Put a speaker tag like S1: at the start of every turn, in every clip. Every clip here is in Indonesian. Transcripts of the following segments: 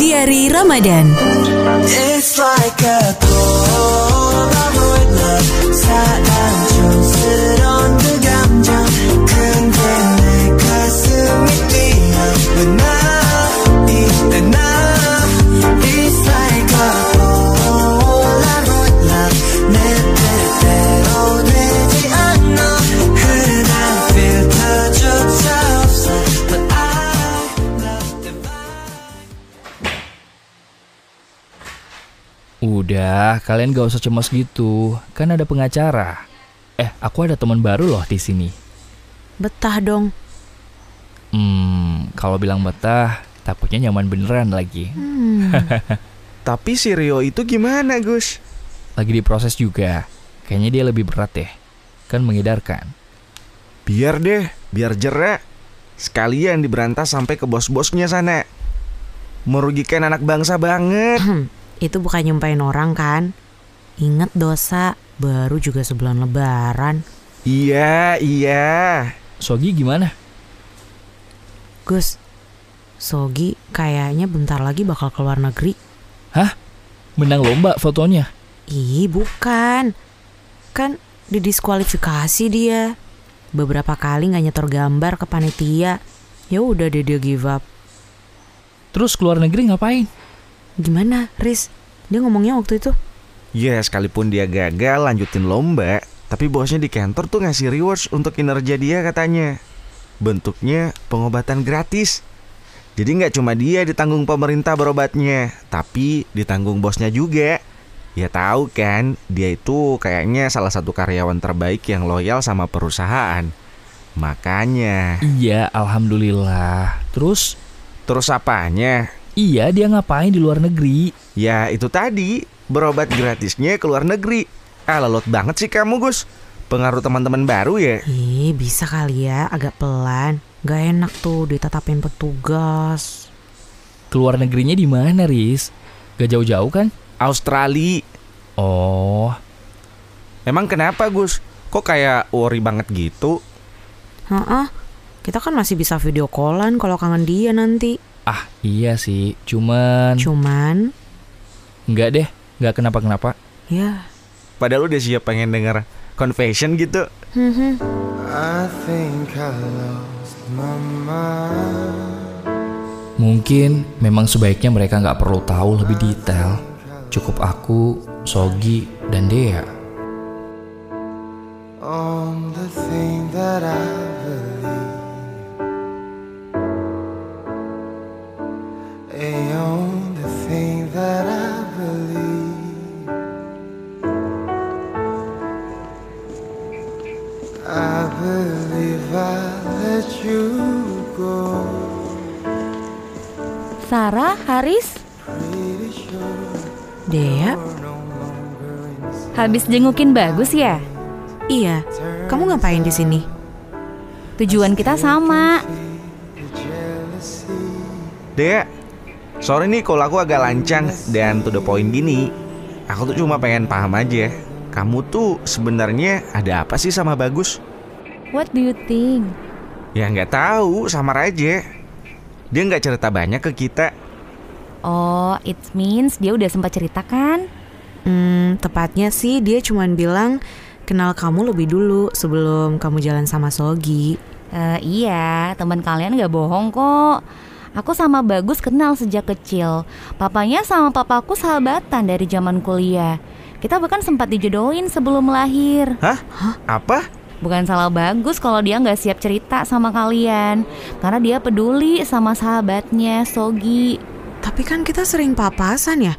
S1: Diari Ramadan
S2: It's like a cold 아무나 사랑 촌스러운 그 감정 근데 내 가슴이 뛰어 왜나이때나 It's like a cold 아무나 내 뜻대로 되지 않아 흔한 필터조차 없어 But I love the vibe
S3: Udah, kalian gak usah cemas gitu. Kan ada pengacara. Eh, aku ada teman baru loh di sini.
S4: Betah dong.
S3: Hmm, kalau bilang betah, takutnya nyaman beneran lagi.
S5: Tapi si Rio itu gimana Gus?
S3: Lagi diproses juga. Kayaknya dia lebih berat deh. Kan mengedarkan.
S5: Biar deh, biar jerak. Sekalian diberantas sampai ke bos-bosnya sana. Merugikan anak bangsa banget.
S4: Itu bukan nyumpain orang kan? Ingat dosa, baru juga sebulan lebaran.
S5: Iya, iya.
S3: Sogi gimana?
S4: Gus, Sogi kayaknya bentar lagi bakal keluar negeri.
S3: Menang lomba fotonya.
S4: Ih, bukan. Kan didiskualifikasi dia. Beberapa kali nggak nyetor gambar ke panitia. Ya udah deh dia give up.
S3: Terus keluar negeri ngapain?
S4: Gimana, Riz? Dia ngomongnya waktu itu.
S5: Ya sekalipun dia gagal lanjutin lomba, tapi bosnya di kantor tuh ngasih rewards untuk kinerja dia katanya. Bentuknya pengobatan gratis. Jadi nggak cuma dia ditanggung pemerintah berobatnya, tapi ditanggung bosnya juga. Ya tahu kan, dia itu kayaknya salah satu karyawan terbaik yang loyal sama perusahaan. Makanya,
S3: Iya, alhamdulillah. Terus,
S5: terus apanya?
S3: iya dia ngapain di luar negeri?
S5: Ya itu tadi berobat gratisnya ke luar negeri. Ah lelot banget sih kamu Gus. Pengaruh teman-teman baru ya.
S4: Ih, bisa kali ya, agak pelan. Gak enak tuh ditatapin petugas.
S3: Keluar negerinya di mana, Riz? Gak jauh-jauh kan?
S5: Australia.
S3: Oh,
S5: Emang kenapa Gus? Kok kayak worry banget gitu?
S4: Heeh. Kita kan masih bisa video callan kalau kangen dia nanti.
S3: ah iya sih. Cuman,
S4: Cuman,
S3: nggak deh. Nggak kenapa-kenapa.
S4: ya.
S5: Padahal udah siap pengen denger confession gitu.
S4: hmm
S2: I think I lost my mind
S3: Mungkin memang sebaiknya mereka nggak perlu tahu lebih detail. Cukup aku, Sogi, dan Dea.
S2: on the thing that I believe. Eh, on the thing that I believe. I believe I let you go.
S6: Sarah, Haris,
S2: Pretty sure
S4: Dea,
S2: no longer inside.
S6: habis jengukin bagus ya.
S4: iya. Kamu ngapain di sini?
S6: Tujuan kita sama.
S2: The jealousy.
S5: Dea, sorry nih kalau aku agak lancang dan to the point gini. Aku tuh cuma pengen paham aja. ya. Kamu tuh sebenarnya ada apa sih sama Bagus?
S6: What do you think?
S5: Ya nggak tahu, samar aja. Dia nggak cerita banyak ke kita.
S6: Oh, it means dia udah sempat cerita kan?
S4: Hmm, tepatnya sih dia cuman bilang kenal kamu lebih dulu sebelum kamu jalan sama Sogi.
S6: Eh, iya, teman kalian nggak bohong kok. Aku sama Bagus kenal sejak kecil. Papanya sama papaku sahabatan dari zaman kuliah. Kita bahkan sempat dijodohin sebelum lahir.
S5: Hah? Apa?
S6: Bukan salah Bagus kalau dia nggak siap cerita sama kalian, karena dia peduli sama sahabatnya Sogi.
S4: Tapi kan kita sering papasan ya,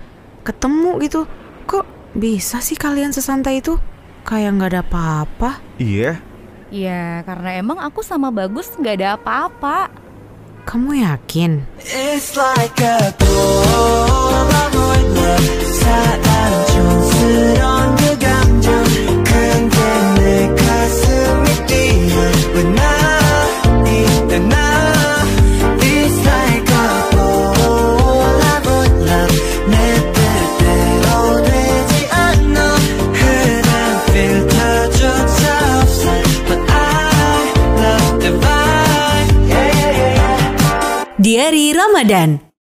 S4: ketemu gitu. Kok bisa sih kalian sesantai itu? Kayak nggak ada apa-apa.
S5: Iya.
S6: Ya, karena emang aku sama Bagus nggak ada apa-apa.
S4: Kamu yakin?
S2: It's like a cold 아무나 사랑 촌스러운 그 감정 근데 내 가슴이 뛰어 왜나 이때 나 It's like a cold 아무나 내 뜻대로 되지 않아 흔한 필터조차 없어 But I love the vibe yeah, yeah, yeah, yeah.
S1: Diari Ramadan